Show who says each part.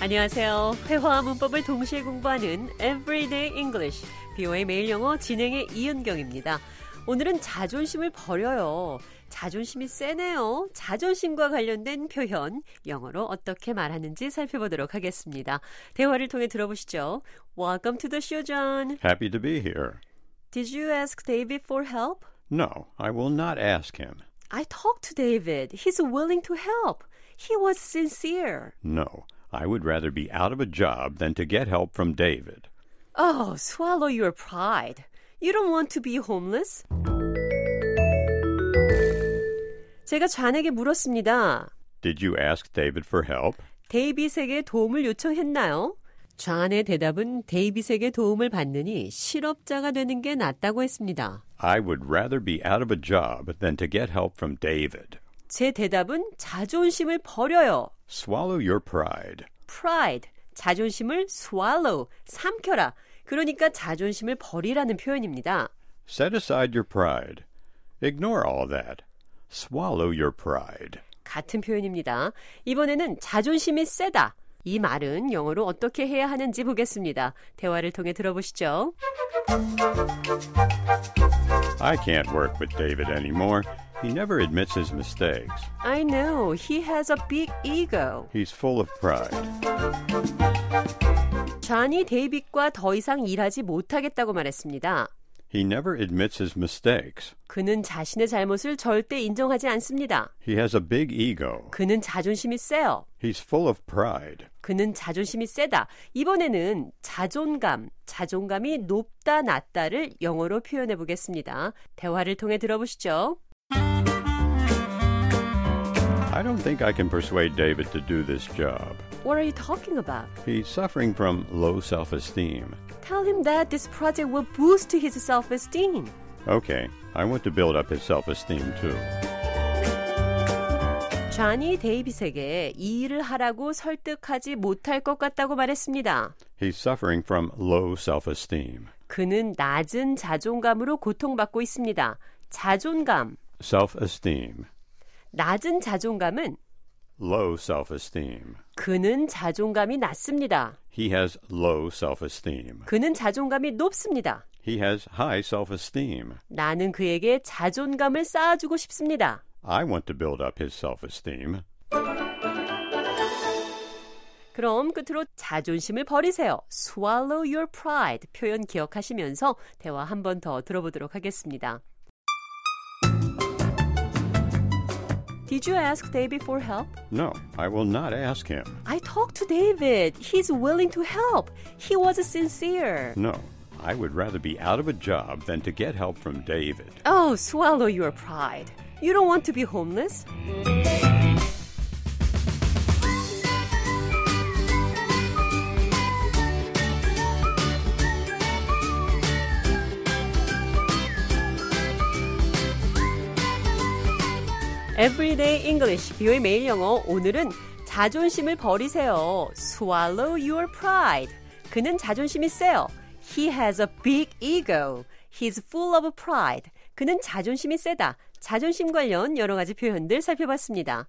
Speaker 1: 안녕하세요. 회화와 문법을 동시에 공부하는 Everyday English. BOA 매일 영어 진행의 이은경입니다. 오늘은 자존심을 버려요. 자존심이 세네요. 자존심과 관련된 표현, 영어로 어떻게 말하는지 살펴보도록 하겠습니다. 대화를 통해 들어보시죠. Welcome to the show, John.
Speaker 2: Happy to be here.
Speaker 1: Did you ask David for help?
Speaker 2: No, I will not ask him.
Speaker 1: I talked to David. He's willing to help. He was sincere.
Speaker 2: No, I would rather be out of a job than to get help from David.
Speaker 1: Oh, swallow your pride. You don't want to be homeless. 제가 좌에게 물었습니다.
Speaker 2: Did you ask David for help?
Speaker 1: 데이빗에게 도움을 요청했나요? 좌의 대답은 데이빗에게 도움을 받느니 실업자가 되는 게 낫다고 했습니다.
Speaker 2: I would rather be out of a job than to get help from David.
Speaker 1: 제 대답은 자존심을 버려요.
Speaker 2: Swallow your pride.
Speaker 1: pride, 자존심을 swallow, 삼켜라. 그러니까 자존심을 버리라는 표현입니다.
Speaker 2: Set aside your pride. Ignore all that. Swallow your pride.
Speaker 1: 같은 표현입니다. 이번에는 자존심이 세다. 이 말은 영어로 어떻게 해야 하는지 보겠습니다. 대화를 통해 들어보시죠.
Speaker 2: I can't work with David anymore. He never admits his mistakes.
Speaker 1: I know he has a big ego.
Speaker 2: He's full of pride.
Speaker 1: 좌니 데이빗과 더 이상 일하지 못하겠다고 말했습니다.
Speaker 2: He never admits his mistakes.
Speaker 1: 그는 자신의 잘못을 절대 인정하지 않습니다.
Speaker 2: He has a big ego.
Speaker 1: 그는 자존심이 세요.
Speaker 2: He's full of pride.
Speaker 1: 그는 자존심이 세다. 이번에는 자존감, 자존감이 높다 낮다를 영어로 표현해 보겠습니다. 대화를 통해 들어보시죠.
Speaker 2: I don't think I can persuade David to do this job.
Speaker 1: What are you talking about?
Speaker 2: He's suffering from low self esteem.
Speaker 1: Tell him that this project will boost his self-esteem.
Speaker 2: Okay, I want to build up his self esteem too.
Speaker 1: 좌니 데이빗에게 이 일을 하라고 설득하지 못할 것 같다고 말했습니다.
Speaker 2: He's suffering from low self esteem.
Speaker 1: 그는 낮은 자존감으로 고통받고 있습니다. 자존감,
Speaker 2: Self esteem.
Speaker 1: 낮은 자존감은
Speaker 2: Low self esteem.
Speaker 1: 그는 자존감이 낮습니다.
Speaker 2: He has low self esteem.
Speaker 1: 그는 자존감이 높습니다.
Speaker 2: He has high self esteem.
Speaker 1: 나는 그에게 자존감을 쌓아주고 싶습니다.
Speaker 2: I want to build up his self esteem.
Speaker 1: 그럼 끝으로 자존심을 버리세요. Swallow your pride 표현 기억하시면서 대화 한 번 더 들어보도록 하겠습니다. Did you ask David for help?
Speaker 2: No, I will not ask him.
Speaker 1: I talked to David. He's willing to help. He was sincere.
Speaker 2: No, I would rather be out of a job than to get help from David.
Speaker 1: Oh, swallow your pride. You don't want to be homeless. Everyday English, 비오의 매일 영어. 오늘은 자존심을 버리세요. Swallow your pride. 그는 자존심이 세요. He has a big ego. He's full of pride. 그는 자존심이 세다. 자존심 관련 여러 가지 표현들 살펴봤습니다.